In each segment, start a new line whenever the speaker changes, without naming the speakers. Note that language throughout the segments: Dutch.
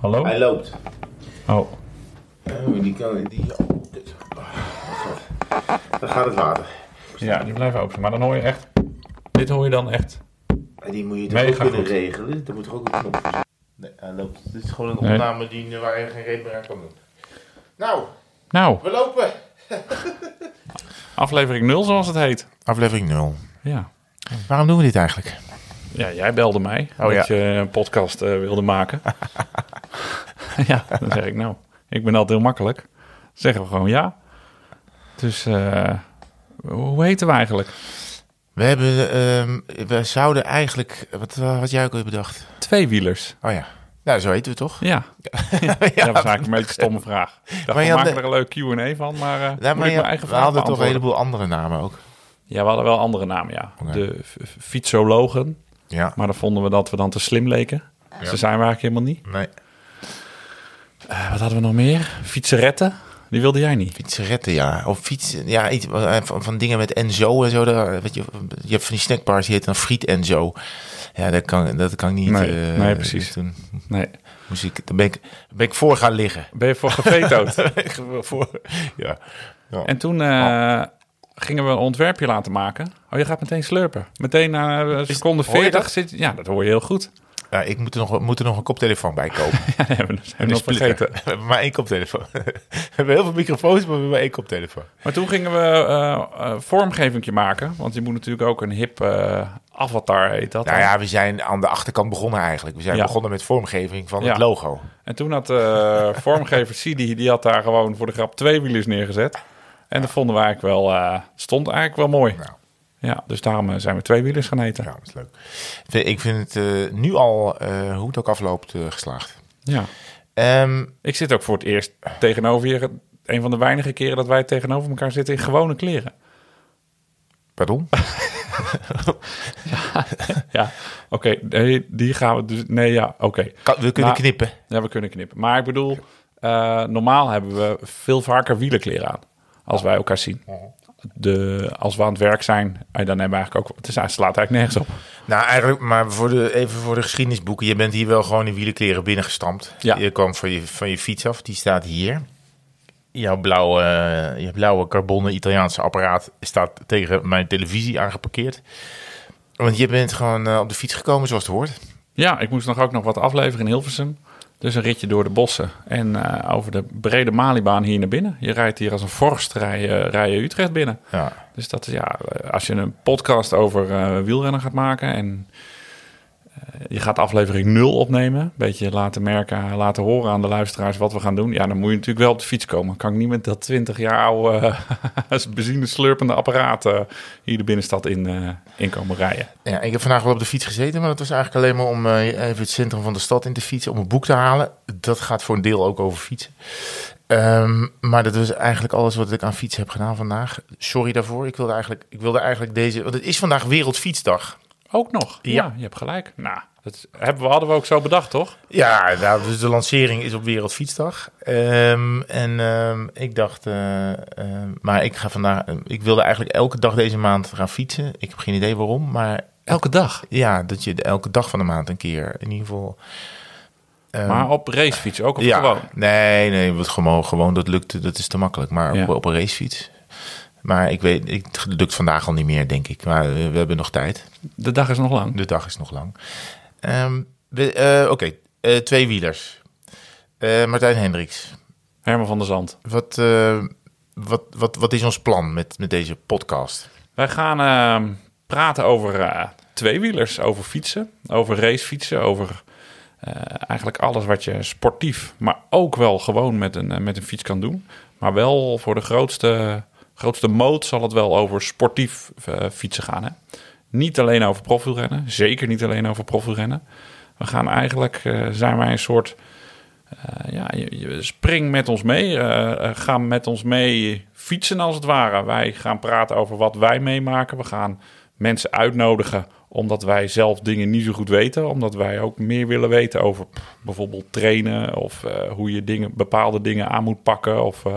Hallo?
Hij loopt.
Oh.
Oh, die kan... Die, oh, kut. Daar gaat het water.
Ja, die blijven open. Maar dan hoor je echt... Dit hoor je dan echt...
En die moet je toch
Mega
ook kunnen
goed.
regelen? Er moet toch ook een knop voor zijn? Nee, hij loopt. Dit is gewoon een
Nee.
opname die, waar je geen reet meer aan kan doen. Nou,
Nou,
we lopen!
aflevering 0 zoals het heet.
Aflevering 0.
Ja.
Waarom doen we dit eigenlijk?
Ja, jij belde mij
Oh,
dat
ja.
je een podcast eh, wilde maken. ja, dan zeg ik nou, ik ben altijd heel makkelijk. Dan zeggen we gewoon ja. Dus eh, hoe heten we eigenlijk?
We, hebben, ehm, we zouden eigenlijk... Wat eh, had jij ook al bedacht?
Tweewielers.
Oh ja. Nou, zo heten we toch?
Ja. ja, dat was eigenlijk een beetje een stomme vraag. Ik dacht,
Maar je
we
had
maken
de-
er een leuk Q&A van, maar, eh
Ja,
moet
maar
ik
je-
mijn eigen
we
vraag
hadden toch een
beantwoorden?
heleboel andere namen ook.
Ja, we hadden wel andere namen, ja.
Oké.
De f- f- fietsologen,
Ja.
maar dan vonden we dat we dan te slim leken. Ze zijn we eigenlijk helemaal niet.
Nee.
Eh, wat hadden we nog meer? Fietseretten, die wilde jij niet.
Fietseretten, ja. Of fietsen, ja, iets eh, van, van dingen met en zo en zo. Daar, weet je, je hebt van die snackbars, die heet dan friet en zo. Ja, dat kan, dat kan ik niet.
Nee,
eh,
nee, precies.
Toen
Nee.
moest ik, dan ben ik, ben ik voor gaan liggen.
Ben je voor gevetood?
voor, ja.
En toen eh, gingen we een ontwerpje laten maken. Oh, je gaat meteen slurpen. Meteen na eh, seconde
hoor je
40
dat?
zit... Ja, dat hoor je heel goed.
Ja, ik moet er, nog, moet er nog een koptelefoon bij kopen.
Ja, dat hebben we dat hebben we nog
Een splitter.
vergeten.
We hebben maar één koptelefoon. we hebben heel veel microfoons, maar we hebben maar één koptelefoon.
Maar toen gingen we eh eh, vormgeving maken. Want je moet natuurlijk ook een hip eh, avatar heet dat.
Nou
dan.
ja, we zijn aan de achterkant begonnen eigenlijk. We zijn
Ja.
begonnen met vormgeving van
Ja.
het logo.
En toen had eh vormgever Sidi, die had daar gewoon voor de grap twee wielers neergezet. En dat vonden we eigenlijk wel, eh, stond eigenlijk wel mooi.
Nou.
Ja, dus daarom eh, zijn we twee wielers gaan eten.
Ja,
Ja.
dat is leuk. Ik vind- Ik vind het eh, nu al, eh, hoe het ook afloopt, eh, geslaagd. Ehm,
Ik zit ook voor het eerst tegenover je. Een van de weinige keren dat wij tegenover elkaar zitten in gewone kleren.
pardon?
Ja, oké, nee, die gaan we dus... Nee, ja, oké.
Kan- we kunnen
Nou,
knippen.
Ja, we kunnen knippen. Maar ik bedoel, eh, normaal hebben we veel vaker wielenkleren aan. Als wij elkaar zien. De, als we aan het werk zijn, eh, dan hebben we eigenlijk ook... Het, is, het slaat eigenlijk nergens op.
Nou, eigenlijk, maar voor de, even voor de geschiedenisboeken. Je bent hier wel gewoon in wielenkleren binnengestampt.
Ja.
Je kwam van je, van je fiets af, die staat hier. Jouw blauwe, eh, je blauwe carbonnen Italiaanse apparaat staat tegen mijn televisie aangeparkeerd. Want je bent gewoon eh, op de fiets gekomen zoals het hoort.
Ja, ik moest nog ook nog wat afleveren in Hilversum. Dus een ritje door de bossen en eh, over de brede Malibaan hier naar binnen. Je rijdt hier als een vorst, rij je, rij je Utrecht binnen.
Ja.
Dus dat is ja, eh, als je een podcast over eh, wielrennen gaat maken en eh, je gaat aflevering 0 opnemen, een beetje laten merken, laten horen aan de luisteraars wat we gaan doen. Ja, dan moet je natuurlijk wel op de fiets komen. Kan ik niet met dat 20 jaar oude eh, benzine slurpende apparaat eh, hier de binnenstad in, eh, in komen rijden.
ja, ik heb vandaag wel op de fiets gezeten, maar dat was eigenlijk alleen maar om eh, even het centrum van de stad in te fietsen, om een boek te halen. Dat gaat voor een deel ook over fietsen. Ehm, maar dat was eigenlijk alles wat ik aan fietsen heb gedaan vandaag. Sorry daarvoor. Ik wilde eigenlijk, ik wilde eigenlijk deze. Want het is vandaag Wereldfietsdag.
Ook nog? Ja,
Ja.
je hebt gelijk. Nou, dat is- hebben we, hadden we ook zo bedacht, toch?
Ja, nou, dus de lancering is op Wereldfietsdag. Ehm, en ehm, ik dacht, eh, ehm, maar ik ga vandaag. Ik wilde eigenlijk elke dag deze maand gaan fietsen. Ik heb geen idee waarom, maar
Elke dag.
ja, dat je elke dag van de maand een keer in ieder geval. ehm,
maar op racefiets, ook op
ja,
gewoon.
Nee, nee, wat gewoon, gewoon dat lukt, dat is te makkelijk. Maar
Ja.
op, op een racefiets. Maar ik weet, ik- het lukt vandaag al niet meer, denk ik. Maar eh, we hebben nog tijd.
De dag is nog lang.
De dag is nog lang. Ehm, we- eh, Oké, eh, twee wielers. Eh, Martijn Hendricks,
Herman van der Zand.
wat, eh, wat, wat, wat is ons plan met, met deze podcast?
Wij gaan ehm, praten over eh, tweewielers, over fietsen, over racefietsen, over eh, eigenlijk alles wat je sportief, maar ook wel gewoon met een, eh, met een fiets kan doen. Maar wel voor de grootste, grootste moot zal het wel over sportief eh, fietsen gaan. Hè? Niet alleen over profielrennen, zeker niet alleen over profielrennen. We gaan eigenlijk, eh, zijn wij een soort Eh, ja, je, je- spring met ons mee. eh, eh, ga met ons mee fietsen als het ware. Wij gaan praten over wat wij meemaken. We gaan mensen uitnodigen omdat wij zelf dingen niet zo goed weten. Omdat wij ook meer willen weten over pff, bijvoorbeeld trainen. Of eh, hoe je dingen, bepaalde dingen aan moet pakken. Of eh,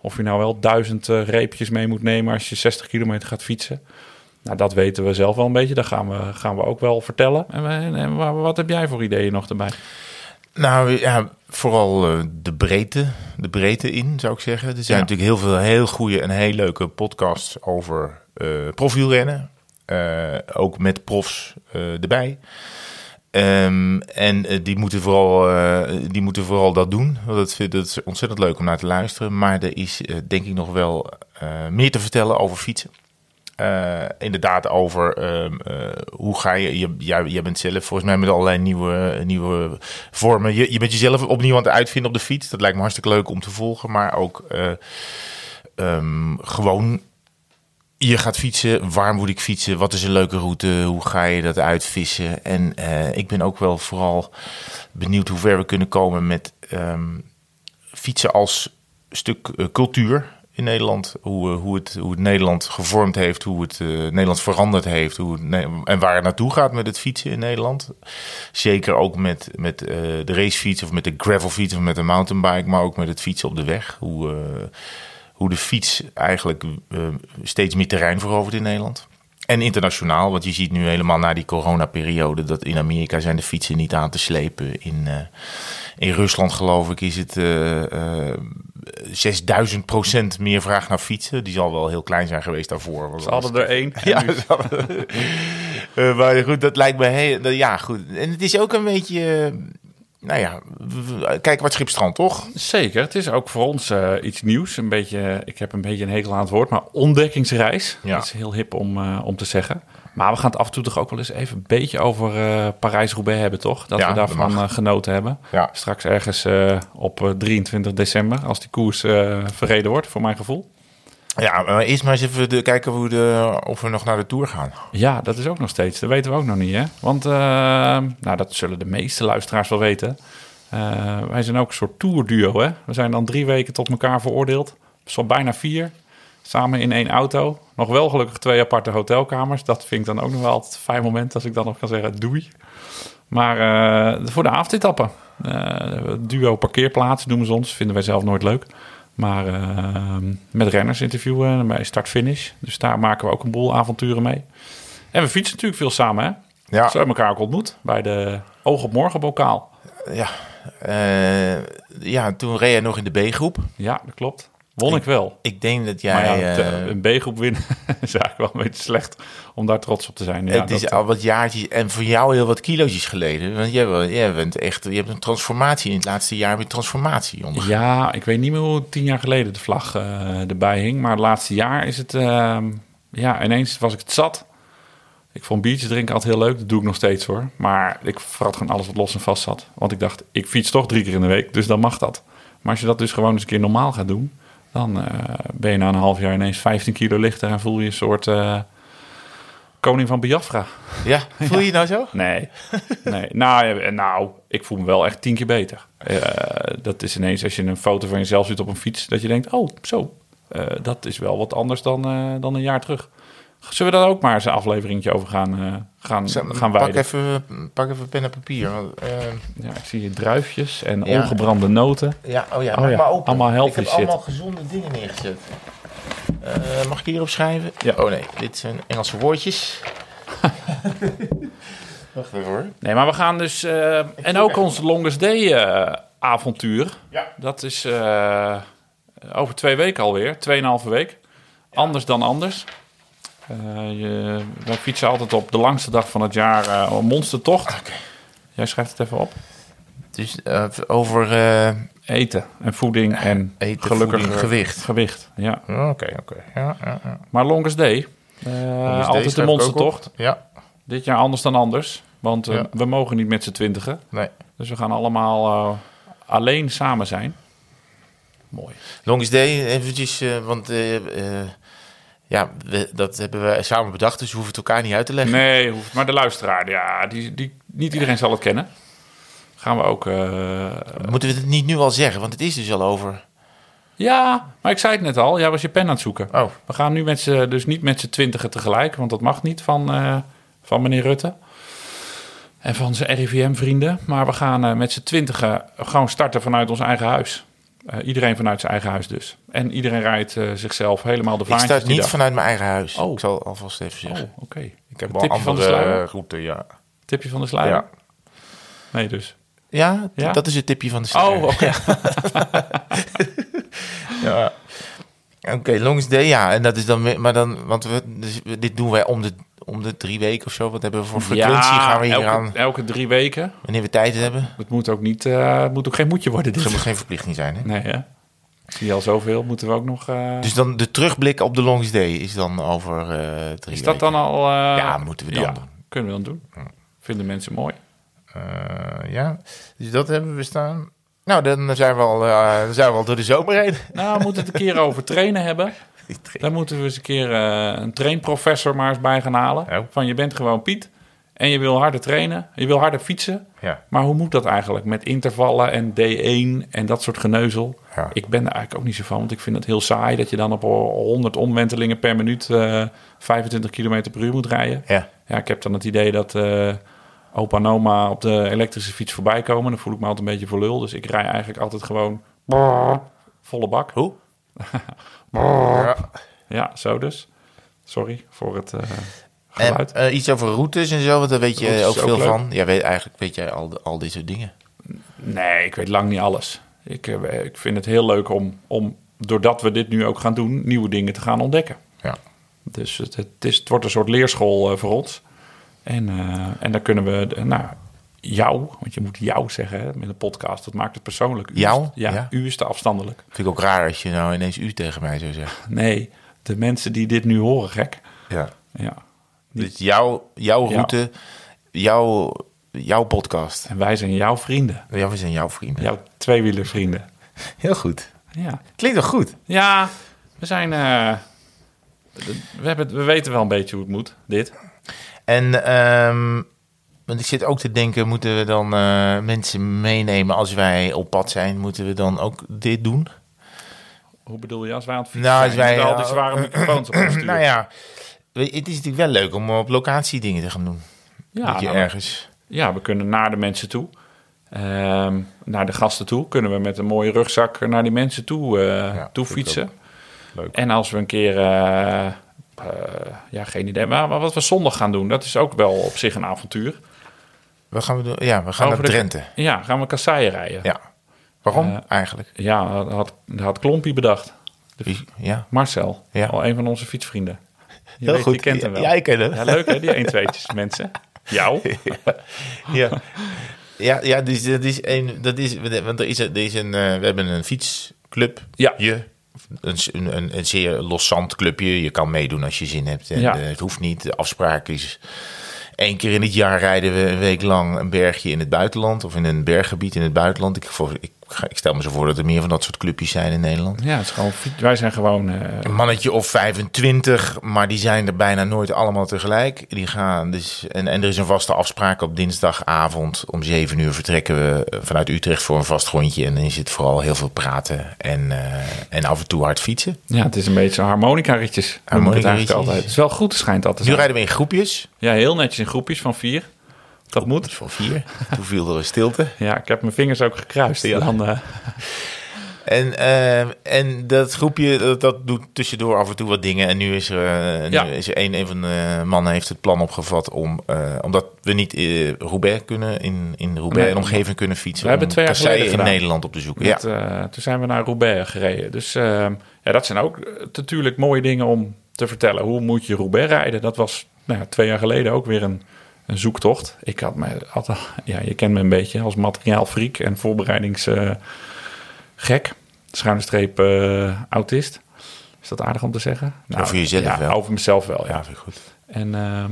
of je nou wel duizend eh, reepjes mee moet nemen als je 60 kilometer gaat fietsen. Nou, dat weten we zelf wel een beetje. Dat gaan we, gaan we ook wel vertellen. En, wij- en, en wa- wat heb jij voor ideeën nog erbij?
Nou ja, vooral eh, de breedte, de breedte in, zou ik zeggen. Er zijn
Ja.
natuurlijk heel veel heel goede en heel leuke podcasts over eh profielrennen. Eh, ook met profs eh, erbij. Ehm, en eh, die, moeten vooral, eh, die moeten vooral dat doen. Want dat, vind- dat is ontzettend leuk om naar te luisteren. Maar er is eh, denk ik nog wel eh, meer te vertellen over fietsen. Eh, inderdaad, over ehm, eh, hoe ga je, je jij, jij bent zelf volgens mij met allerlei nieuwe, nieuwe vormen. Je, je bent jezelf opnieuw aan het uitvinden op de fiets. Dat lijkt me hartstikke leuk om te volgen. Maar ook eh, ehm, gewoon je gaat fietsen, waar moet ik fietsen? Wat is een leuke route? Hoe ga je dat uitvissen? En eh, ik ben ook wel vooral benieuwd hoe ver we kunnen komen met ehm, fietsen als stuk eh, cultuur in Nederland. Hoe, eh, hoe, het, hoe het Nederland gevormd heeft, hoe het eh, Nederland veranderd heeft. Hoe het Ne- en waar het naartoe gaat met het fietsen in Nederland. Zeker ook met, met eh, de racefiets of met de gravelfiets of met de mountainbike. Maar ook met het fietsen op de weg. Hoe... eh, hoe de fiets eigenlijk eh, steeds meer terrein verovert in Nederland. En internationaal, want je ziet nu helemaal na die coronaperiode dat in Amerika zijn de fietsen niet aan te slepen. In, eh, in Rusland geloof ik is het eh, eh, 6000 procent meer vraag naar fietsen. Die zal wel heel klein zijn geweest daarvoor. want
Ze hadden er één. en
ja,
nu-
Eh, maar goed, dat lijkt me heel... dat- Ja, goed. En het is ook een beetje... eh, nou ja, w- w- kijk wat Schipstrand, toch?
Zeker, het is ook voor ons eh, iets nieuws. Een beetje, ik heb een beetje een hekel aan het woord, maar ontdekkingsreis.
Ja.
Dat is heel hip om, eh, om te zeggen. Maar we gaan het af en toe toch ook wel eens even een beetje over eh, Parijs-Roubaix hebben, toch? Dat
Ja,
we
dat
daarvan
mag.
eh, genoten hebben.
Ja.
Straks ergens eh, op eh, 23 december, als die koers eh, verreden wordt, voor mijn gevoel.
Ja, maar eerst maar eens even de, kijken hoe de, of we nog naar de Tour gaan.
Ja, dat is ook nog steeds. Dat weten we ook nog niet, hè? Want, eh, nou, dat zullen de meeste luisteraars wel weten. Eh, wij zijn ook een soort tourduo, hè? We zijn dan drie weken tot elkaar veroordeeld. Zo bijna vier. Samen in één auto. Nog wel gelukkig twee aparte hotelkamers. Dat vind ik dan ook nog wel altijd een fijn moment als ik dan nog kan zeggen doei. Maar eh, voor de avondetappen. Eh, duo parkeerplaats noemen ze ons. Vinden wij zelf nooit leuk. Maar eh, met renners interviewen, bij start-finish. Dus daar maken we ook een boel avonturen mee. En we fietsen natuurlijk veel samen, hè?
Ja,
Zo hebben we elkaar ook ontmoet bij de Oog op Morgen bokaal.
ja. Eh, ja toen reed jij nog in de B-groep.
Ja, dat klopt. Won ik wel.
Ik denk dat
Maar ja,
jij...
het,
eh,
eh, een B-groep winnen is eigenlijk wel een beetje slecht om daar trots op te zijn. Ja,
het is
dat-
al wat jaartjes en voor jou heel wat kilootjes geleden. Want jij, wel- jij bent echt, je hebt een transformatie in het laatste jaar. Heb je transformatie onder.
ja, ik weet niet meer hoe tien jaar geleden de vlag eh, erbij hing. Maar het laatste jaar is het... ehm, ja, ineens was ik het zat. Ik vond biertjes drinken altijd heel leuk. Dat doe ik nog steeds hoor. Maar ik vergat gewoon alles wat los en vast zat. Want ik dacht, ik fiets toch drie keer in de week. Dus dan mag dat. Maar als je dat dus gewoon eens een keer normaal gaat doen... dan eh, ben je na een half jaar ineens 15 kilo lichter... en voel je een soort eh, koning van Biafra.
Ja, voel je je nou zo?
Nee. nee. Nou, ja, nou, ik voel me wel echt tien keer beter. Eh, dat is ineens als je een foto van jezelf ziet op een fiets, dat je denkt: oh, zo. eh, dat is wel wat anders dan, eh, dan een jaar terug. Zullen we daar ook maar eens een afleveringetje over gaan, eh, gaan,
Zo,
gaan
pak,
wijden?
even, pak even pen en papier. want, eh,
Ja, ik zie hier druifjes en
Ja.
ongebrande noten.
ja, oh ja,
Oh
maak
ja,
maar open.
allemaal healthy
ik heb
shit.
allemaal gezonde dingen neergezet. Eh, mag ik hierop schrijven?
Ja.
Oh nee, dit zijn Engelse woordjes. Wacht even hoor.
Nee, maar we gaan dus... eh, en ook ons Longest Day eh, avontuur.
Ja.
Dat is eh, over twee weken alweer. Tweeënhalve week. Anders dan anders. Eh, je, wij fietsen altijd op de langste dag van het jaar eh, een monstertocht.
Oké.
Jij schrijft het even op.
Dus eh, over eh,
Eten en voeding en
eten,
gelukkig
voeding, gewicht.
gewicht. Ja.
Oh, Oké, oké. Ja, ja, ja.
Maar Longest Day. eh,
Dus deze
altijd de
schrijf ik ook op.
monstertocht.
Ja,
Dit jaar anders dan anders. Want eh,
Ja.
we mogen niet met z'n twintigen.
nee.
Dus we gaan allemaal eh, alleen samen zijn. Mooi.
Longest Day, eventjes, eh, want eh, eh, ja, we- dat hebben we samen bedacht, dus we hoeven het elkaar niet uit te leggen.
Nee, hoeft, maar de luisteraar, ja, die, die, niet iedereen zal het kennen. Gaan we ook. eh,
Moeten we het niet nu al zeggen, want het is dus al over.
ja, maar ik zei het net al, jij was je pen aan het zoeken.
Oh,
We gaan nu met z'n, dus niet met z'n twintigen tegelijk, want dat mag niet van, eh, van meneer Rutte. En van zijn RIVM-vrienden. Maar we gaan eh, met z'n twintigen gewoon starten vanuit ons eigen huis. Eh, iedereen vanuit zijn eigen huis dus. En iedereen rijdt eh, zichzelf helemaal de
ik
vaantjes.
start
die
niet
dag.
vanuit mijn eigen huis.
Oh.
Ik zal alvast even zeggen.
Oh, oké.
ik heb
tipje van de sluier.
route, ja.
Tipje van de sluier?
Ja.
Nee, dus.
Ja, d-
Ja?
dat is het tipje van de ster.
Oh, oké.
Ja. Oké, Longest Day, ja. En dat is dan, weer- maar dan, want we, dus we- dit doen wij om de, om de drie weken of zo. Wat hebben we voor frequentie? gaan we hier
elke,
aan,
elke drie weken.
wanneer we tijd hebben?
Het moet ook, niet, eh, het moet ook geen moedje worden.
Dus er moet
Dit.
geen verplichting zijn, hè?
Nee, hè? Ik Zie je al zoveel, moeten we ook nog... eh,
Dus dan de terugblik op de Longest Day is dan over eh, drie weken.
is dat dan al... eh,
Ja, moeten we dan
ja,
doen.
kunnen we dan doen. Vinden mensen mooi.
Eh, ja, dus dat hebben we staan. Nou, dan zijn we al, eh, dan zijn we al door de zomer heen.
Nou, we moeten het een keer over trainen hebben. Daar moeten we eens een keer eh, een trainprofessor maar eens bij gaan halen.
Oh.
Van je bent gewoon Piet en je wil harder trainen, je wil harder fietsen.
Ja.
Maar hoe moet dat eigenlijk met intervallen en D1 en dat soort geneuzel?
Ja.
Ik ben daar eigenlijk ook niet zo van, want ik vind het heel saai dat je dan op 100 omwentelingen per minuut eh, 25 km per uur moet rijden.
Ja.
Ja, ik heb dan het idee dat eh opa en oma op de elektrische fiets voorbij komen. Dan voel ik me altijd een beetje voor lul. Dus ik rij eigenlijk altijd gewoon volle bak. Hoe?
Ja.
Ja, zo dus. Sorry voor het eh,
En
geluid.
eh, iets over routes en zo, want daar weet je
Routes
ook
is ook
veel
leuk.
van. Ja, weet, eigenlijk weet jij al, al dit soort dingen.
nee, ik weet lang niet alles. Ik, eh, ik vind het heel leuk om, om, doordat we dit nu ook gaan doen, nieuwe dingen te gaan ontdekken.
Ja.
Dus het, het, is, het wordt een soort leerschool eh, voor ons. En, eh, en dan kunnen we, eh, nou, jou, want je moet jou zeggen hè, met een podcast, dat maakt het persoonlijk. U is-
Jou?
ja,
Ja.
u is te afstandelijk.
Vind ik ook raar als je nou ineens u tegen mij zou zeggen.
Nee, de mensen die dit nu horen, gek.
Ja.
Ja.
Dus jouw, jouw route, jouw, jouw podcast.
En wij zijn jouw vrienden,
Ja, we zijn jouw vrienden.
jouw tweewielervrienden.
Heel goed.
Ja.
Klinkt wel goed.
Ja, we zijn. eh, d- we, hebben, we weten wel een beetje hoe het moet, dit.
En ehm, want ik zit ook te denken, moeten we dan eh, mensen meenemen als wij op pad zijn? Moeten we dan ook dit doen?
Hoe bedoel je als wij aan het fietsen
Nou, als
zijn?
wij,
Wij, al
eh,
die zware microfoons op ons sturen.
Nou ja, weet je, het is natuurlijk wel leuk om op locatie dingen te gaan doen.
ja,
dat je
nou,
ergens...
ja, we kunnen naar de mensen toe. Ehm, naar de gasten toe. Kunnen we met een mooie rugzak naar die mensen toe, eh, toe
vind ik
fietsen.
ook leuk.
En als we een keer... eh, eh, ja, geen idee. Maar, maar wat we zondag gaan doen, dat is ook wel op zich een avontuur.
Wat gaan we doen? Ja, we gaan
Over
naar
de-
Drenthe.
Ja, gaan we kasseien rijden. Ja,
Ja. Waarom
Eh,
eigenlijk?
dat had, dat had Klompie bedacht. De
Wie- Ja,
Marcel,
Ja.
al een van onze fietsvrienden. Je, weet, je kent hem wel.
Ja,
Ja,
ik ken hem.
leuk hè, die 1 tweetjes mensen. Jou?
Ja, ja, ja dus dat is een. Dat is, want er is, er is een. eh, we hebben een fietsclub.
Ja.
Je. Een, een, een zeer loszand clubje. Je kan meedoen als je zin hebt. En,
Ja.
eh, het hoeft niet. De afspraak is. Eén keer in het jaar rijden we een week lang een bergje in het buitenland. Of in een berggebied in het buitenland. Ik, voor, ik, ga- ik stel me zo voor dat er meer van dat soort clubjes zijn in Nederland.
Ja, het is gewoon, fiets- wij zijn gewoon... eh,
Een mannetje of 25, maar die zijn er bijna nooit allemaal tegelijk. Die gaan dus, en, en er is een vaste afspraak op dinsdagavond om 7 uur vertrekken we eh, vanuit Utrecht voor een vast rondje. En dan is het vooral heel veel praten en, eh, en af en toe hard fietsen.
ja, het is een beetje harmonica-ritjes. noem ik het eigenlijk
Harmonica-ritjes.
altijd. Het is wel goed, schijnt dat te
Nu
zijn.
rijden we in groepjes,
Ja, heel netjes in groepjes van vier. Dat
dat
moet.
is van vier. Toen viel er een stilte.
Ja, ik heb mijn vingers ook gekruist.
Ja.
Dan, eh,
En, eh, en dat groepje, dat, dat doet tussendoor af en toe wat dingen. En nu is er, eh,
Ja.
nu is er een, een van de mannen heeft het plan opgevat om... eh, omdat we niet eh Roubaix kunnen, in, in Roubaix
Nee.
en omgeving kunnen fietsen...
We hebben
om
twee jaar
kasseien
geleden
in
gedaan.
Nederland op te zoeken.
met,
ja.
eh, toen zijn we naar Roubaix gereden. Dus eh, ja, dat zijn ook eh, natuurlijk mooie dingen om te vertellen. Hoe moet je Roubaix rijden? Dat was nou, ja, twee jaar geleden ook weer een, een zoektocht. Ik had mij altijd, ja, je kent me een beetje als materiaalfreak en voorbereidingsgek. Schuine streep eh, autist. Is dat aardig om te zeggen? Nou,
Over jezelf
ja,
wel.
Over mezelf wel, eh, ja.
ja, vind ik goed.
En, ehm,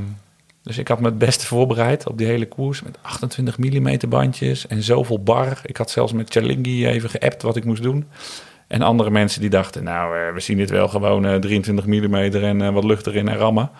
dus ik had me het beste voorbereid op die hele koers. Met 28 mm bandjes en zoveel bar. Ik had zelfs met Chalingi even geappt wat ik moest doen. En andere mensen die dachten, nou, eh, we zien dit wel gewoon eh, 23 mm en eh, wat lucht erin en rammen.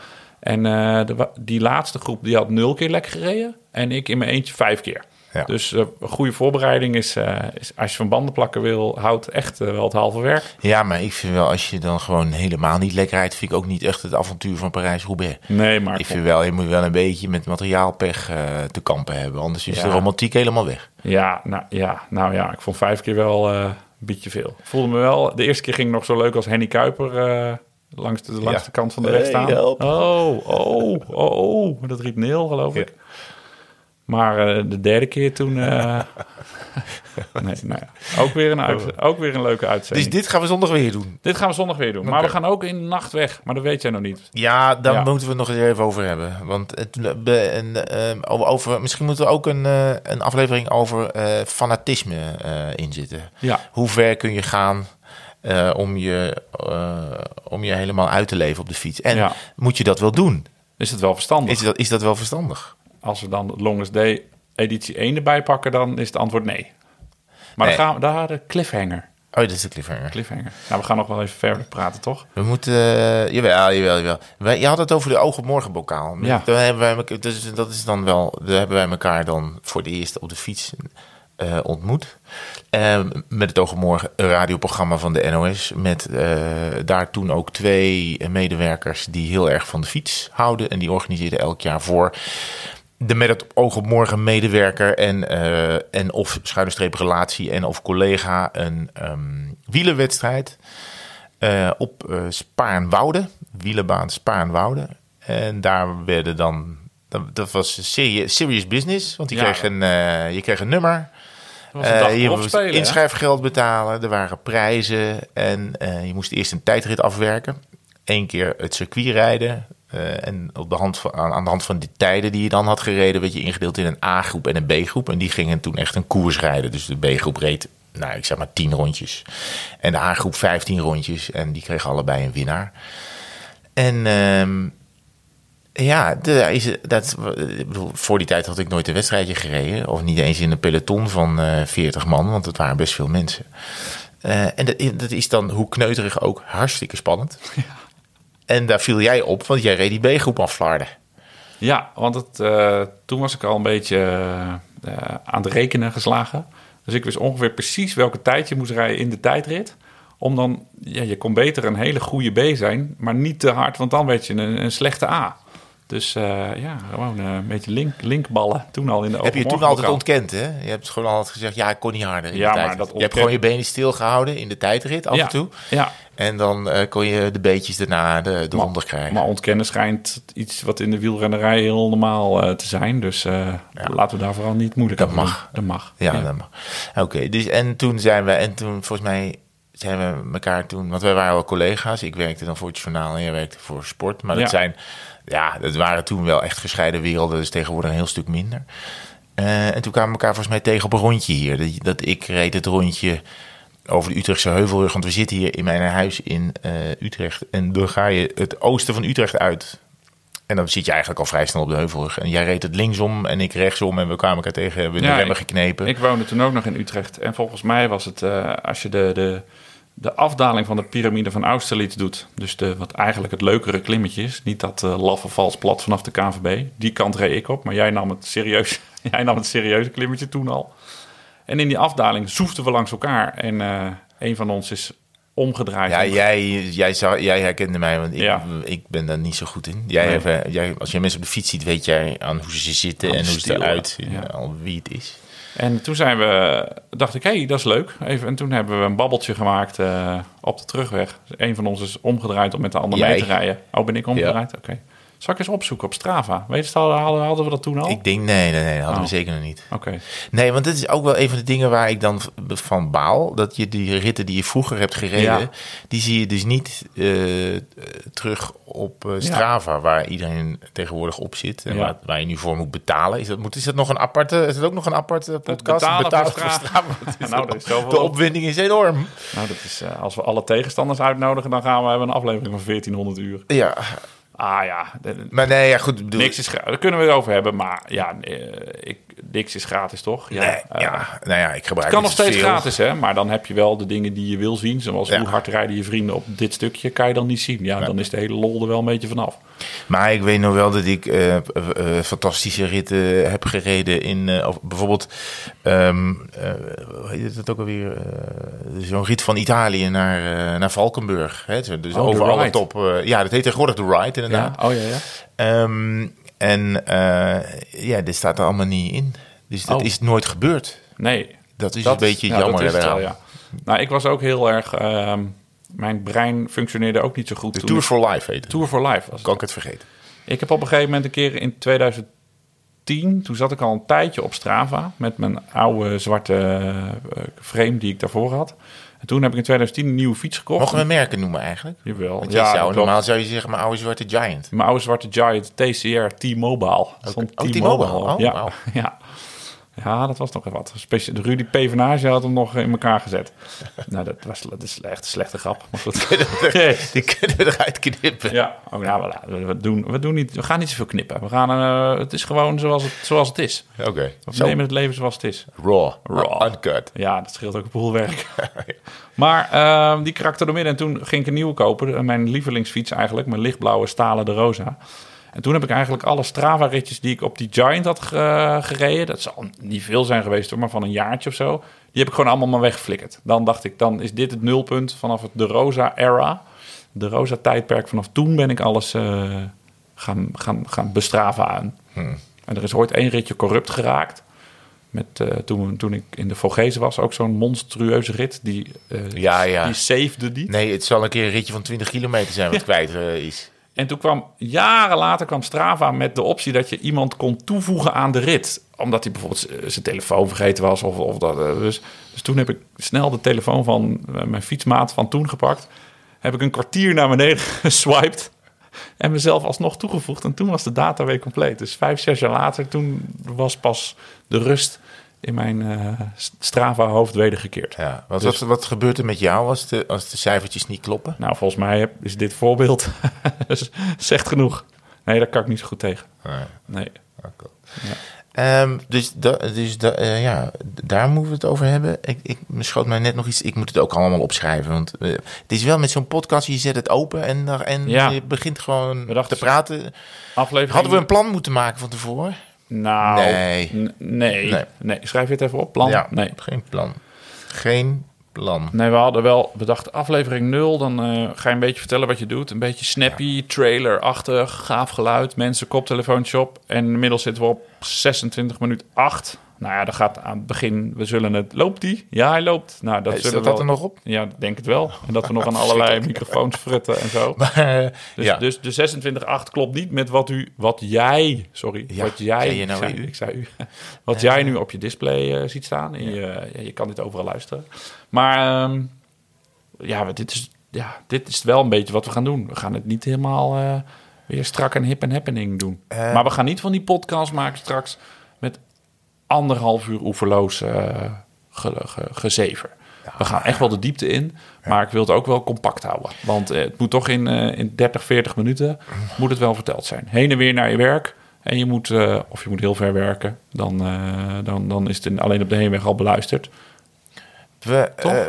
En eh, de wa- die laatste groep die had nul keer lek gereden. En ik in mijn eentje vijf keer.
Ja.
Dus eh, een goede voorbereiding is, eh, is, als je van banden plakken wil, houdt echt eh, wel het halve werk.
Ja, maar ik vind wel, als je dan gewoon helemaal niet lekker rijdt... vind ik ook niet echt het avontuur van Parijs-Roubaix.
Nee, maar
Ik vind wel, je moet wel een beetje met materiaalpech eh, te kampen hebben. Anders is
Ja.
de romantiek helemaal weg.
Ja, nou ja, nou ja ik vond vijf keer wel eh, een beetje veel. Ik voelde me wel. De eerste keer ging het nog zo leuk als Henny Kuiper eh, langs, de, langs
Ja.
de kant van de weg
Hey,
staan.
help.
Oh, oh, oh, oh. Dat riep Neil, geloof ik. Maar eh, de derde keer toen. eh, nee, nou ja. ook, weer een uit- ook weer een leuke uitzending.
Dus dit gaan we zondag weer doen.
Dit gaan we zondag weer doen. Maar
Oké.
we gaan ook in de nacht weg. Maar dat weet jij nog niet.
Ja, daar
Ja.
moeten we het nog eens even over hebben. Want het, eh, en, eh, over, over, misschien moeten we ook een, eh, een aflevering over eh, fanatisme eh inzitten.
Ja.
Hoe ver kun je gaan eh, om, je, eh, om je helemaal uit te leven op de fiets? En
Ja.
moet je dat wel doen?
Is het wel verstandig?
Is dat, is dat wel verstandig?
Als we dan de Longest Day editie 1 erbij pakken, dan is het antwoord nee. Maar
Nee.
dan gaan we daar de cliffhanger.
Oh, dat is de cliffhanger.
cliffhanger. Nou, we gaan nog wel even verder praten, toch?
We moeten... eh, jawel, jawel, jawel. Wij, je had het over de ogen morgen bokaal.
Ja.
Daar hebben wij, elka- dus dat is dan wel... Daar hebben wij elkaar dan voor de eerste op de fiets eh, ontmoet. Eh, met het ogen morgen een radioprogramma van de NOS. Met eh, daar toen ook twee medewerkers die heel erg van de fiets houden. En die organiseerden elk jaar voor... De met het oog op morgen medewerker en, eh, en of schuinstreep relatie en of collega een ehm wielenwedstrijd eh, op eh Spaarnwoude, wielenbaan Spaarnwoude. En daar werden dan, dat, dat was een serie- serious business, want je,
Ja.
kreeg, een, eh, je kreeg een nummer.
Dat was een dag
Eh, je moest
spelen.
inschrijfgeld betalen, er waren prijzen en eh, je moest eerst een tijdrit afwerken. Eén keer het circuit rijden eh, en op de hand van, aan, aan de hand van die tijden die je dan had gereden... werd je ingedeeld in een A-groep en een B-groep. En die gingen toen echt een koers rijden. Dus de B-groep reed, nou, ik zeg maar, 10 rondjes. En de A-groep 15 rondjes en die kregen allebei een winnaar. En... ehm, ja, de, is, dat, ik bedoel, voor die tijd had ik nooit een wedstrijdje gereden. Of niet eens in een peloton van eh 40 man, want het waren best veel mensen. Eh, en dat, i- dat is dan, hoe kneuterig ook, hartstikke spannend. En daar viel jij op, want jij reed die B-groep af Vlaarden.
Ja, want het, eh, toen was ik al een beetje eh, eh, aan het rekenen geslagen. Dus ik wist ongeveer precies welke tijd je moest rijden in de tijdrit. Om dan, ja, je kon beter een hele goede B zijn, maar niet te hard, want dan werd je een, een slechte A. Dus eh, ja, gewoon eh, een beetje link, linkballen toen al in de
Heb je toen
overmorgen
altijd
bokaal.
ontkend, hè? Je hebt gewoon altijd gezegd, ja, ik kon niet harder in
Ja,
de
maar
tijdrit.
dat
Je hebt
ontken-
gewoon je benen stilgehouden in de tijdrit af
ja,
en toe.
Ja,
En dan eh, kon je de beetjes daarna de, de onder krijgen.
maar ontkennen schijnt iets wat in de wielrennerij heel normaal eh, te zijn. Dus eh, laten we daar vooral niet moeilijk
Dat
over doen.
mag.
Dat mag.
Ja, dat mag. Oké, dus en toen zijn we, en toen volgens mij zijn we elkaar toen, want wij waren wel collega's. Ik werkte dan voor het journaal en jij werkte voor sport. Maar dat
Ja.
zijn, ja, dat waren toen wel echt gescheiden werelden, dus tegenwoordig een heel stuk minder. Eh, en toen kwamen we elkaar volgens mij tegen op een rondje hier. Dat, dat ik reed het rondje over de Utrechtse heuvelrug, want we zitten hier in mijn huis in eh, Utrecht. En dan ga je het oosten van Utrecht uit. En dan zit je eigenlijk al vrij snel op de heuvelrug. En jij reed het linksom en ik rechtsom. En we kwamen elkaar tegen, we hebben de
Ja,
remmen
ik-
geknepen.
Ik woonde toen ook nog in Utrecht. En volgens mij was het, eh, als je de, de, de afdaling van de piramide van Austerlitz doet... dus de, wat eigenlijk het leukere klimmetje is... niet dat eh, laffe vals plat vanaf de KNVB. Die kant reed ik op, maar jij nam het serieus, jij nam het serieuze klimmetje toen al. En in die afdaling zoefden we langs elkaar. En eh, een van ons is omgedraaid.
Ja, jij, jij, zou, jij herkende mij, want ik,
Ja.
ik ben daar niet zo goed in. Jij
Nee.
hebt, eh, jij, als je mensen op de fiets ziet, weet jij aan hoe ze zitten
Aan
en
de
hoe ze
stilen,
eruit zien,
Oh, ja.
al wie het is.
En toen zijn we, dacht ik, hé, hey, dat is leuk. Even, en toen hebben we een babbeltje gemaakt eh, op de terugweg. Dus een van ons is omgedraaid om met de ander
Jij.
mee te rijden. Oh, ben ik omgedraaid? Oké. Zal ik eens opzoeken op Strava? Weet je, hadden, hadden- hadden we dat toen al?
Ik denk, nee, nee, nee, dat hadden we
Oh.
zeker nog niet.
Oké.
Nee, want dit is ook wel een van de dingen waar ik dan v- van baal. Dat je die ritten die je vroeger hebt gereden,
Ja.
die zie je dus niet eh, eh, terug op eh, Strava, waar iedereen tegenwoordig op zit. En
Ja.
waar, waar je nu voor moet betalen. Is dat, moet, is dat nog een aparte, is dat ook nog een aparte podcast?
betalen voor Strava.
Het is
Nou, er is zoveel
de
op.
opwinding is enorm.
Nou, dat is, eh, als we alle tegenstanders uitnodigen, dan gaan we hebben een aflevering van 1400 uur.
Ja,
Ah ja, de- de-
maar nee, ja, goed. ik Bedoel,
niks is gratis. Daar kunnen we het over hebben, maar ja, eh, ik, niks is gratis, toch? Ja.
Nee,
eh,
ja, nou ja, ik gebruik
kan nog
het
steeds
veel.
gratis, hè? Maar dan heb je wel de dingen die je wil zien. Zoals
Ja.
hoe hard rijden je vrienden op dit stukje, kan je dan niet zien. Ja, dan is de hele lol er wel een beetje vanaf.
Maar ik weet nog wel dat ik eh, eh, eh, fantastische ritten heb gereden in eh, of bijvoorbeeld, ehm, eh, hoe heet dat ook alweer? eh, Zo'n rit van Italië naar, eh, naar Valkenburg. Hè? Zo, Dus
Oh, de
over alle
ride.
top. eh, ja, dat heet tegenwoordig de Ride inderdaad.
Oh ja, ja.
Ehm, en eh, ja, dit staat er allemaal niet in. Dus dat
Oh.
is nooit gebeurd.
Nee.
Dat is
dat
een beetje
ja, dat
jammer.
is het wel,
daaraan.
ja. Nou, ik was ook heel erg... ehm, mijn brein functioneerde ook niet zo goed.
De
toen
Tour
ik-
for Life heet het.
Tour for Life was het.
Kan ik het vergeten?
Ik heb op een gegeven moment een keer in 2010 2010, toen zat ik al een tijdje op Strava met mijn oude zwarte eh, frame die ik daarvoor had. En toen heb ik in 2010 een nieuwe fiets gekocht.
Mogen we merken noemen eigenlijk?
Jawel.
Want
ja,
jij zou,
dat klopt.
normaal zou je zeggen, mijn oude zwarte giant.
Mijn oude zwarte Giant TCR T-Mobile. Stond
Oh,
T-Mobile.
T-Mobile. Oh,
ja.
wauw.
ja. ja, dat was nog even wat. Specia- de Rudy Pevenage had hem nog in elkaar gezet. nou, dat was dat is echt een slechte grap. Maar goed. Jezus.
Die kunnen we eruit knippen.
ja, oh, nou, voilà. we, we doen, we, doen niet, we gaan niet zoveel knippen. We gaan, eh, het is gewoon zoals het, zoals het is.
Oké,
We
zo.
nemen het leven zoals het is.
Raw.
Raw.
Uncut.
Ja, dat scheelt ook een boel werk. maar ehm, die krakte door midden en toen ging ik een nieuwe kopen. Eh, Mijn lievelingsfiets eigenlijk, mijn lichtblauwe stalen de Rosa. En toen heb ik eigenlijk alle Strava-ritjes die ik op die Giant had ge- gereden... dat zal niet veel zijn geweest hoor, maar van een jaartje of zo... die heb ik gewoon allemaal maar weggeflikkerd. Dan dacht ik, dan is dit het nulpunt vanaf het de Rosa-era. De Rosa-tijdperk. Vanaf toen ben ik alles eh, gaan, gaan, gaan bestraven. En er is ooit één ritje corrupt geraakt... Met, eh, toen, toen ik in de Vogezen was, ook zo'n monstrueuze rit. Die, eh
Ja, ja.
die savede die.
Nee, het zal een keer een ritje van 20 kilometer zijn wat kwijt eh, is.
En toen kwam, jaren later kwam Strava met de optie dat je iemand kon toevoegen aan de rit. Omdat hij bijvoorbeeld eh, zijn telefoon vergeten was of, of dat. eh, Dus, dus toen heb ik snel de telefoon van eh, mijn fietsmaat van toen gepakt. Heb ik een kwartier naar beneden geswiped. En mezelf alsnog toegevoegd. En toen was de data weer compleet. Dus vijf, zes jaar later, toen was pas de rust in mijn eh, Strava hoofd wedergekeerd.
Ja, want wat, wat gebeurt er met jou als de, als de cijfertjes niet kloppen?
Nou, volgens mij heb- is dit voorbeeld zegt genoeg. Nee, daar kan ik niet zo goed tegen.
Nee.
Nee.
Ah, Ehm, dus da- dus da- eh, ja, d- daar moeten we het over hebben. Ik, ik me schoot mij net nog iets. Ik moet het ook allemaal opschrijven. Want eh, het is wel met zo'n podcast, je zet het open en, daar- en
Ja.
je begint gewoon
We dachten-
te praten.
Aflevering.
Hadden we een plan moeten maken van tevoren?
Nou,
Nee.
n- nee. nee.
Nee.
Schrijf je het even op, plan?
Ja,
Nee.
geen plan. Geen plan.
Nee, we hadden wel bedacht aflevering 0. Dan eh, ga je een beetje vertellen wat je doet. Een beetje snappy, trailer-achtig, gaaf geluid. Mensen, koptelefoontje op. En inmiddels zitten we op 26 minuut 8. Nou ja, dan gaat aan het begin... We zullen het... Loopt die? Ja, hij loopt. Nou, dat
Hey,
zullen
staat
we wel-
dat er nog op?
Ja, ik denk het wel. En dat we nog aan allerlei microfoons frutten en zo.
Maar, eh,
Dus,
ja.
dus de 26-8 klopt niet met wat u, wat jij, sorry,
Ja,
wat jij,
zei je nou
zei-
u?
ik zei u, wat jij nu op je display eh, ziet staan. In je, ja, je kan dit overal luisteren. Maar ehm, ja, maar dit is, ja, dit is wel een beetje wat we gaan doen. We gaan het niet helemaal eh, weer strak en hip en happening doen.
Eh.
maar we gaan niet van die podcast maken straks met anderhalf uur oeverloos eh, ge- ge- gezever. We gaan echt wel de diepte in, maar ik wil het ook wel compact houden. Want eh, het moet toch in, eh, in 30, 40 minuten
Mhm.
moet het wel verteld zijn. Heen en weer naar je werk. En je moet, eh, of je moet heel ver werken, dan, eh, dan, dan is het in- alleen op de heenweg al beluisterd.
we,
Toch?
eh,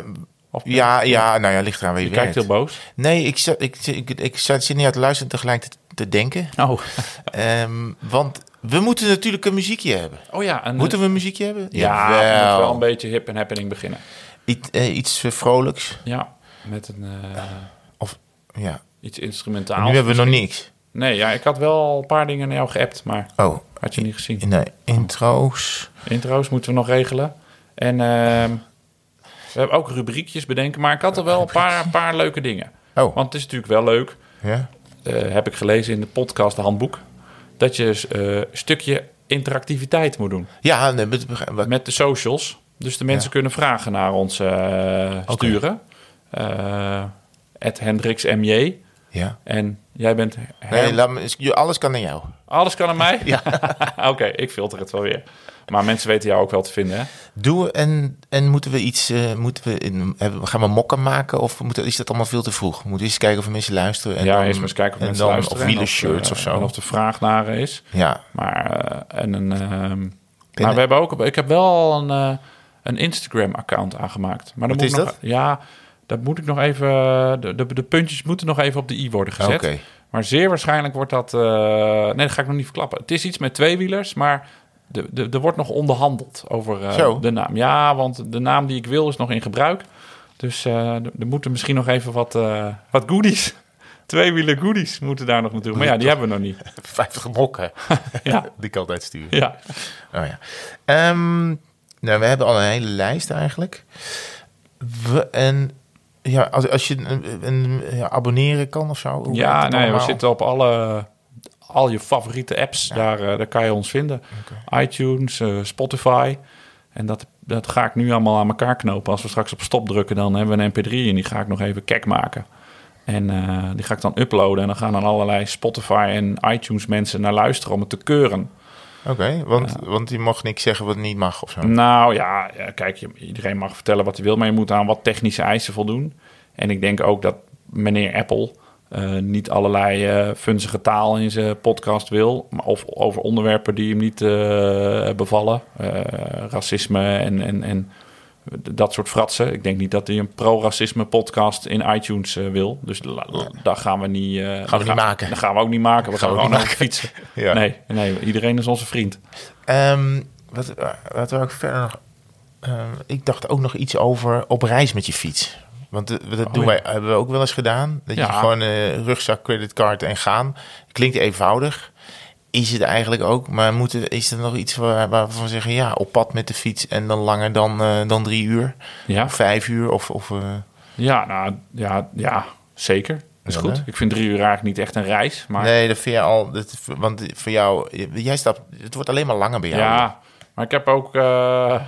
Of,
ja, ja, nou ja, ligt eraan wie
je kijkt heel boos.
Nee, ik zat, ik, ik, ik zat zit niet aan te luisteren en tegelijk te, te denken.
Oh,
Ehm, want we moeten natuurlijk een muziekje hebben.
oh ja. En,
Moeten we een muziekje hebben?
Ja, we
Jawel.
moeten wel een beetje hip en happening beginnen.
Iets, eh, iets eh, vrolijks.
Ja, met een, eh,
Of, ja.
iets
Nu
instrumentaals.
hebben we nog niks.
Nee, ja, ik had wel een paar dingen naar jou geappt, maar
Oh,
had je niet gezien.
nee, intro's.
Intro's moeten we nog regelen. En ehm, we hebben ook rubriekjes bedenken, maar ik had er wel een paar, een paar leuke dingen.
Oh,
Want het is natuurlijk wel leuk,
ja.
eh, heb ik gelezen in de podcast de handboek, dat je eh, een stukje interactiviteit moet doen
Ja, nee, met- we-
met de socials. Dus de mensen kunnen vragen naar ons eh, sturen. Het Hendrix MJ.
ja.
En jij bent. Her-
Nee, laat me, is- je- alles kan naar jou.
Alles kan aan mij? Ja. Oké, ik filter het wel weer. Maar mensen weten jou ook wel te vinden, hè?
Doen we en, en moeten we iets, eh, moeten we in, hebben, gaan we mokken maken of moeten, is dat allemaal veel te vroeg? Moeten we eens kijken of mensen luisteren? En
ja,
dan-
eerst maar eens kijken of
en
mensen
dan-
luisteren.
Of
en
wielershirts
eh,
of zo.
En of de vraag naar is.
ja,
Maar, eh, en een... ehm, maar
het-
we hebben ook... Ik heb wel een, eh, een Instagram-account aangemaakt. Maar dan
Wat
moet
is
ik nog, e- Ja, dat moet ik nog even... De, de, de puntjes moeten nog even op de i worden gezet.
Oké.
Maar zeer waarschijnlijk wordt dat... eh, nee, dat ga ik nog niet verklappen. Het is iets met tweewielers, maar... de- de- Er wordt nog onderhandeld over eh,
Zo.
de naam. Ja, want de naam die ik wil is nog in gebruik. Dus eh, d- er moeten misschien nog even wat, eh wat goodies. Tweewielen goodies moeten daar nog naartoe. Maar ja, die hebben we nog niet.
50 mokken.
Ja.
Die kan altijd sturen.
Ja.
Oh ja. Ehm, nou, we hebben al een hele lijst eigenlijk. We, en ja, als, als je een, een- ja, abonneren kan of zo. hoe werkt
Ja,
het
nee, we
allemaal?
zitten op alle, al je favoriete apps, daar, eh, daar kan je ons vinden. iTunes, eh, Spotify. En dat, dat ga ik nu allemaal aan elkaar knopen. Als we straks op stop drukken, dan hebben we een mp3 en die ga ik nog even kek maken. En eh, die ga ik dan uploaden en dan gaan dan allerlei Spotify en iTunes mensen naar luisteren om het te keuren.
Oké, want, want die mag niks zeggen wat niet mag of zo.
Nou ja, ja, kijk, je- iedereen mag vertellen wat hij wil, maar je moet aan wat technische eisen voldoen. En ik denk ook dat meneer Apple eh, niet allerlei eh funzige taal in zijn podcast wil. maar Of over onderwerpen die hem niet eh, bevallen. Eh, racisme en, en, en dat soort fratsen. Ik denk niet dat hij een pro-racisme podcast in iTunes eh, wil. Dus la- la- daar gaan we niet, eh, dat
niet maken.
Dat gaan we ook niet maken. We gaan,
we
gewoon
niet
over fietsen.
Ja.
Nee, nee, iedereen is onze vriend.
Ehm, wat, wat wou ik verder nog... Ehm, ik dacht ook nog iets over op reis met je fiets. Want eh, dat doen
Oh, ja.
wij, hebben we ook wel eens gedaan. Dat je
Ja.
gewoon eh, rugzak, creditcard en gaan. Klinkt eenvoudig. Is het eigenlijk ook. Maar moet er- is er nog iets waar, waarvan we zeggen... ja, op pad met de fiets en dan langer dan, eh, dan drie uur?
Ja.
Of vijf uur? Of, of, eh,
Ja, nou, ja, ja zeker. Is
Ja,
goed.
hè?
Ik vind drie uur eigenlijk niet echt een reis. Maar
Nee, dat vind je al... Dat, want voor jou... Jij stapt, het wordt alleen maar langer bij
ja.
jou.
maar ik heb ook, eh,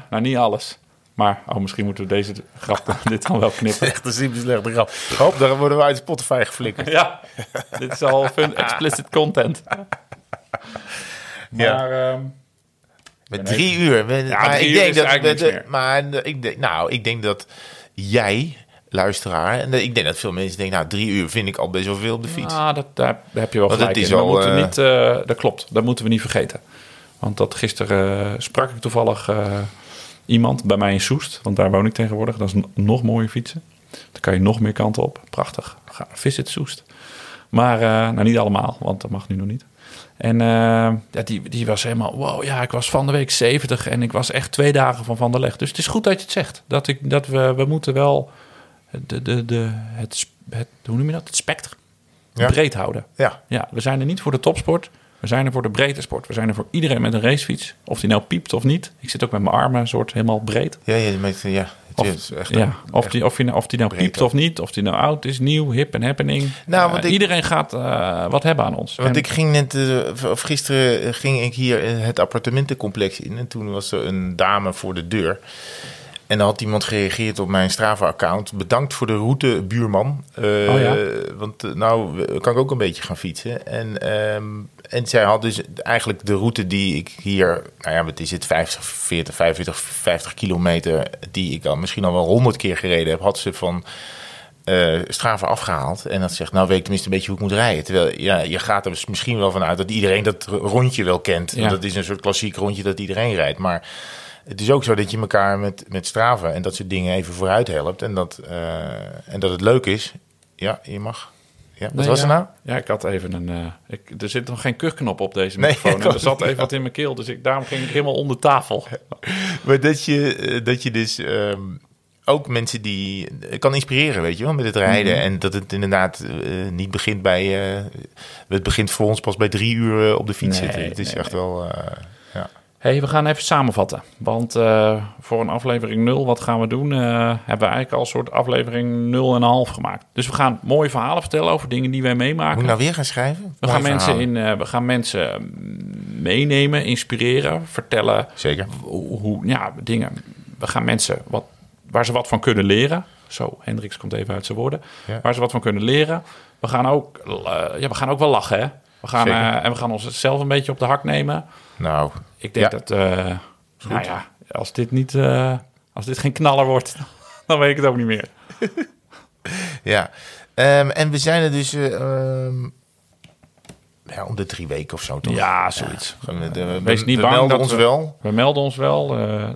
nou niet alles. Maar, oh, misschien moeten we deze grap, dit dan wel knippen.
Echt een simpel slechte grap. Hop, daar worden we uit Spotify geflikkerd.
ja, dit is al fun explicit content.
Ja.
Maar, ehm,
Met drie uur. We-
Ja,
maar
drie
ik
uur
denk
is
dat,
eigenlijk
we-
niks meer.
Maar eh, ik denk, nou, ik denk dat jij, luisteraar, en dat- ik denk dat veel mensen denken, nou, drie uur vind ik al best wel veel op de fiets.
ah, dat, daar daar heb je wel
Want
gelijk
het is
in. We
al,
moeten
eh,
niet, eh, dat klopt, dat moeten we niet vergeten. Want dat gisteren eh, sprak ik toevallig eh, iemand bij mij in Soest. Want daar woon ik tegenwoordig. Dat is n- nog mooier fietsen. Dan kan je nog meer kanten op. Prachtig. Ga, visit Soest. Maar eh, nou, niet allemaal, want dat mag nu nog niet. En eh, ja, die, die was helemaal, wow, ja, ik was van de week 70 en ik was echt twee dagen van Van der Leg. Dus het is goed dat je het zegt. Dat, ik, dat we, we moeten wel de, de, de, het, sp- het, hoe noem je dat? Het spectrum
Ja.
breed houden.
Ja,
Ja, we zijn er niet voor de topsport. We zijn er voor de breedte sport. We zijn er voor iedereen met een racefiets. Of die nou piept of niet. Ik zit ook met mijn armen soort helemaal breed.
ja, ja, met, ja het
Of,
is echt.
ja, of, die, of, die, nou- of die nou
breed,
piept
hè?
of niet. Of die nou oud is, nieuw, hip en happening.
Nou,
Eh,
want ik-
Iedereen gaat eh, wat hebben aan ons.
Want
En-
ik ging net, eh, v- of gisteren eh, ging ik hier eh, het appartementencomplex in. En toen was er een dame voor de deur. En dan had iemand gereageerd op mijn Strava-account. Bedankt voor de route, buurman. Eh,
Oh ja?
Want eh, nou eh, kan ik ook een beetje gaan fietsen. En, ehm, en zij had dus eigenlijk de route die ik hier... Nou ja, wat is het? 50, 40, 45, 50 kilometer... die ik al misschien al wel 100 keer gereden heb... had ze van eh Strava afgehaald. En dat zegt, nou weet ik tenminste een beetje hoe ik moet rijden. Terwijl ja, je gaat er dus misschien wel vanuit dat iedereen dat r- rondje wel kent.
Ja.
Want dat is een soort klassiek rondje dat iedereen rijdt. Maar het is ook zo dat je elkaar met, met Strava en dat soort dingen even vooruit helpt. En dat, eh, en dat het leuk is. Ja, je mag. Ja, wat
Nee,
was
ja.
er nou?
Ja, ik had even een... eh, ik, er zit nog geen kuchknop op deze
Nee,
microfoon.
ik
en er
ook
zat
niet.
even wat in mijn keel. Dus ik, daarom ging ik helemaal onder tafel.
Maar dat je, eh, dat je dus ehm, ook mensen die eh, kan inspireren, weet je wel, met het rijden.
Mhm.
En dat het inderdaad eh, niet begint bij. eh, het begint voor ons pas bij drie uur eh, op de fiets
Nee,
zitten. Het is
nee,
echt wel. eh, ja.
Hey, we gaan even samenvatten. Want eh, voor een aflevering 0, wat gaan we doen? eh, hebben we eigenlijk al een soort aflevering 0,5 gemaakt. Dus we gaan mooie verhalen vertellen over dingen die wij meemaken.
Moet ik nou weer gaan schrijven?
we,
Mooi
gaan mensen
verhaal.
in, eh, we gaan mensen meenemen, inspireren, vertellen
Zeker.
hoe, hoe- ja, dingen. We gaan mensen wat, waar ze wat van kunnen leren. Zo, Hendricks komt even uit zijn woorden.
Ja.
Waar ze wat van kunnen leren. We gaan ook, eh, ja, we gaan ook wel lachen, hè? We gaan,
Zeker.
eh, en we gaan onszelf een beetje op de hak nemen.
Nou,
Ik denk
Ja.
dat, eh nou ja, als dit, niet, eh, als dit geen knaller wordt, dan weet ik het ook niet meer.
ja. Ehm, en we zijn er dus. eh, ehm, ja, om de drie weken of zo toch?
Ja, zoiets.
Gaan we- de-
Wees
we-
niet
we
bang.
melden
dat
ons
we-
wel.
We melden ons wel. eh, eh,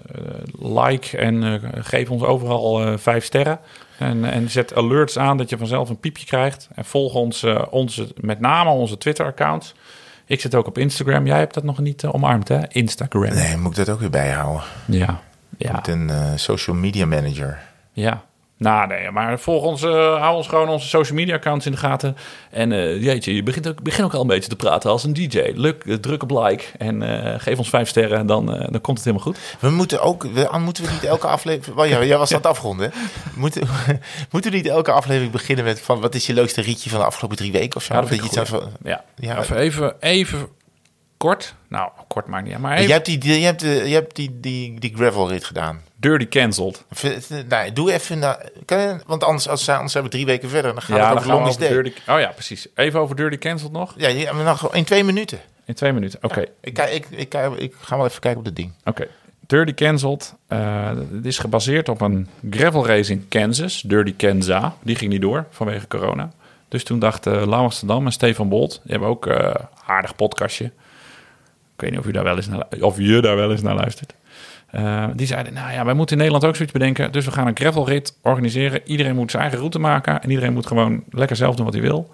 like en eh, geef ons overal eh, vijf sterren. En, en zet alerts aan dat je vanzelf een piepje krijgt. En volg ons, eh, onze, met name onze Twitter-accounts. Ik zit ook op Instagram. Jij hebt dat nog niet eh, omarmd, hè? Instagram.
Nee, moet ik dat ook weer bijhouden?
Ja. Ja.
Met een eh, social media manager.
ja. Nou, nee, maar volg ons, eh, hou ons gewoon onze social media accounts in de gaten. En eh, jeetje, je begint ook, begin ook al een beetje te praten als een DJ. Luk, eh, druk op like en eh, geef ons vijf sterren, dan, eh, dan komt het helemaal goed.
We moeten ook, we, Anne, moeten we niet elke aflevering. Wel, ja, jij was aan het afronden. hè? Moeten, moeten we niet elke aflevering beginnen met van wat is je leukste rietje van de afgelopen drie weken of zo?
Ja,
Of
dat vind
je
ik
iets aan van-
Ja,
Ja.
Of even, even kort. Nou, kort maakt niet uit, maar even
Jij hebt die, die- jij hebt, eh, jij hebt die, die, die gravel rit gedaan.
dirty cancelled.
V- Nou, doe even, naar- kan je- want anders, als, anders zijn we drie weken verder. Dan gaan
Ja,
we
dan
het over
gaan we
Longest
over
Day.
dirty... Oh ja, precies. Even over dirty cancelled nog.
Ja, ja, maar dan gewoon in twee minuten.
In twee minuten, oké.
Ik, kijk- ik, ik, kijk- ik ga wel even kijken op dit ding.
Oké. Dirty Cancelled. eh, het is gebaseerd op een gravel race in Kansas. Dirty Kenza. Die ging niet door vanwege corona. Dus toen dachten uh, Lau Amsterdam en Stefan Bolt. Die hebben ook eh, een aardig podcastje. Ik weet niet of u daar wel eens naar, lu- of je daar wel eens naar luistert. Eh, die zeiden, nou ja, wij moeten in Nederland ook zoiets bedenken. Dus we gaan een gravelrit organiseren. Iedereen moet zijn eigen route maken. En iedereen moet gewoon lekker zelf doen wat hij wil.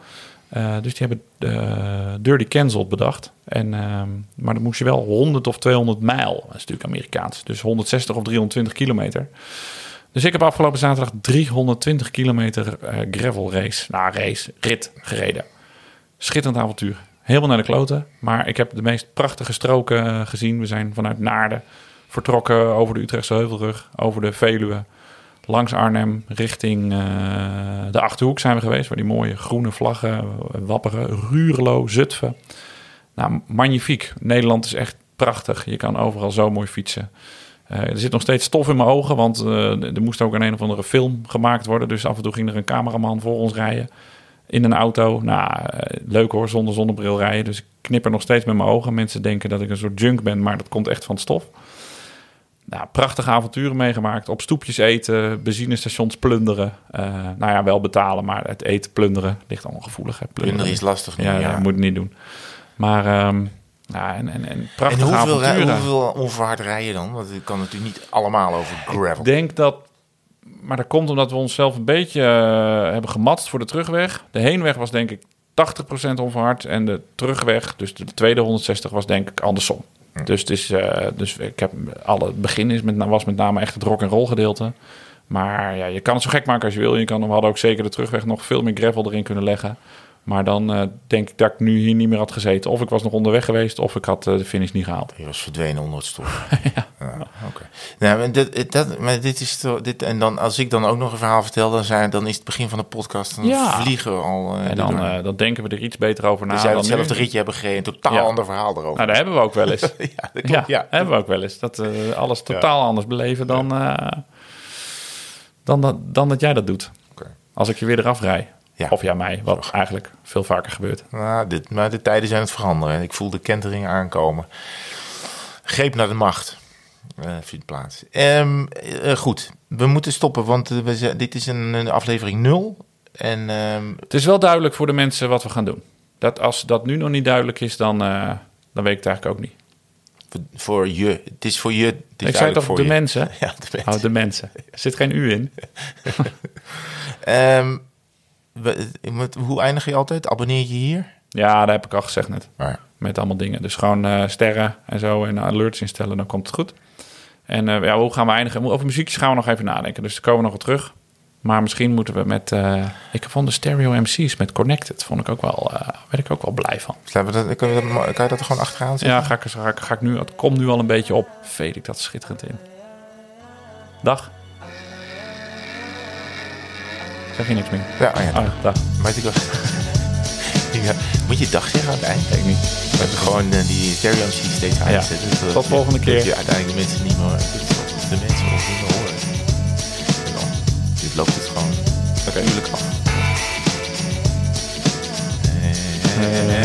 Eh, dus die hebben eh, Dirty Cancelled bedacht. En, ehm, maar dan moest je wel 100 of 200 mijl. Dat is natuurlijk Amerikaans. Dus 160 of 320 kilometer. Dus ik heb afgelopen zaterdag 320 kilometer eh, gravel race. Nou, race, rit gereden. Schitterend avontuur. Helemaal naar de kloten. Maar ik heb de meest prachtige stroken eh, gezien. We zijn vanuit Naarden vertrokken over de Utrechtse Heuvelrug. Over de Veluwe. Langs Arnhem richting eh, de Achterhoek zijn we geweest. Waar die mooie groene vlaggen eh, wapperen. Ruurlo, Zutphen. Nou, magnifiek. Nederland is echt prachtig. Je kan overal zo mooi fietsen. Eh, er zit nog steeds stof in mijn ogen, want eh, er moest ook een een of andere film gemaakt worden. Dus af en toe ging er een cameraman voor ons rijden in een auto. Nou, eh, leuk hoor, zonder zonnebril rijden. Dus ik knipper nog steeds met mijn ogen. Mensen denken dat ik een soort junk ben, maar dat komt echt van het stof. Nou, prachtige avonturen meegemaakt. Op stoepjes eten, benzinestations plunderen. Eh, nou ja, wel betalen, maar het eten plunderen ligt allemaal gevoelig. Hè?
Plunderen is lastig nu,
Ja,
ja.
dat moet ik niet doen. Maar ehm, ja, en, en, en
En
prachtige
hoeveel, rij-
avonturen.
hoeveel onverhard rij je dan? Want ik kan natuurlijk niet allemaal over gravel.
Ik denk dat... Maar dat komt omdat we onszelf een beetje eh, hebben gematst voor de terugweg. De heenweg was denk ik 80% onverhard. En de terugweg, dus de tweede 160, was denk ik andersom.
Hm.
Dus, het is, eh, dus ik heb alle, het begin is met, was met name echt het rock en roll gedeelte. Maar ja, je kan het zo gek maken als je wil. Je kan, we hadden ook zeker de terugweg nog veel meer gravel erin kunnen leggen. Maar dan eh, denk ik dat ik nu hier niet meer had gezeten. Of ik was nog onderweg geweest, of ik had eh, de finish niet gehaald.
Je was verdwenen onder het stof. ja. oké. Nou, maar dit, dat, maar dit is toch- dit, en dan als ik dan ook nog een verhaal vertel, dan, zijn, dan is het begin van de podcast. Dan
Ja.
vliegen we al. eh,
En dan,
erdoor.
eh, dan denken we er iets beter over na.
dus jij
dan nu.
hetzelfde ritje hebben gereden, een totaal
Ja.
ander verhaal erover.
Nou, daar hebben we ook wel eens.
ja, dat
ja,
klopt. Ja.
hebben we ook wel eens. Dat eh, alles totaal anders beleven dan, eh, dan, dat, dan dat jij dat doet.
Oké.
Als ik je weer eraf rij.
Ja.
Of ja, mij. Wat eigenlijk veel vaker gebeurt.
Nou, dit, maar de tijden zijn het veranderen. Ik voel de kentering aankomen. Greep naar de macht. Eh vindt plaats. Ehm, eh, goed, we moeten stoppen, want eh, we, zijn- dit is een, een aflevering 0. En ehm,
Het is wel duidelijk voor de mensen wat we gaan doen. Dat als dat nu nog niet duidelijk is, dan, eh, dan weet ik het eigenlijk ook niet.
voor- voor je, het is voor je. Het is
ik zei
duidelijk
toch
voor
de
je.
mensen?
Ja, de mensen.
Oh, de mensen. Er zit geen u in.
Ehm, we- met- hoe eindig je altijd? Abonneer je hier?
Ja, dat heb ik al gezegd net.
Maar,
Met allemaal dingen. Dus gewoon eh, sterren en zo en alerts instellen, dan komt het goed. En eh, ja, hoe gaan we eindigen? Over muziekjes gaan we nog even nadenken. Dus daar komen we nog wel terug. Maar misschien moeten we met... eh, ik vond de Stereo MC's met Connected, vond ik ook wel, eh werd ik ook wel blij van.
Laten we dat, kunnen we dat, maar- kan je dat er gewoon achteraan zetten?
Ja, ga ik, ga ik, ga ik nu, het komt nu al een beetje op. Veed ik dat schitterend in. Dag. Zeg je niks meer?
Ja, oh ja,
Ah, dag.
maar ik was... Ja, moet je dag zeggen aan het eind? Ik niet. We hebben gewoon eh, die stereo MC steeds aanzetten. zodat
Tot
je-
volgende keer.
Dat je uiteindelijk de mensen niet meer... Dus dat je De mensen ons niet meer horen. En dan dit loopt het gewoon
Oké.
natuurlijk af.
Hey.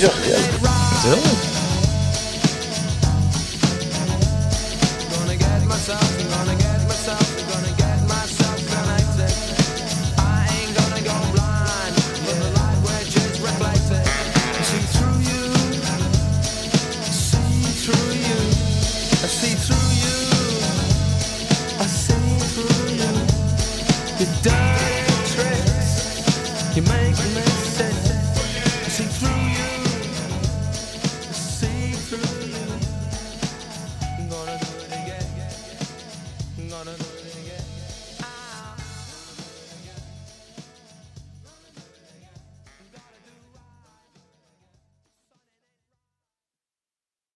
Ja, ja.
Gonna get myself, I'm gonna get myself, I'm gonna get myself connected. I ain't gonna go blind with the light which is reflected. See through you, see through you, I see through you, I see through you. Your dirty tricks, you make mistakes. I see through you. I see gonna do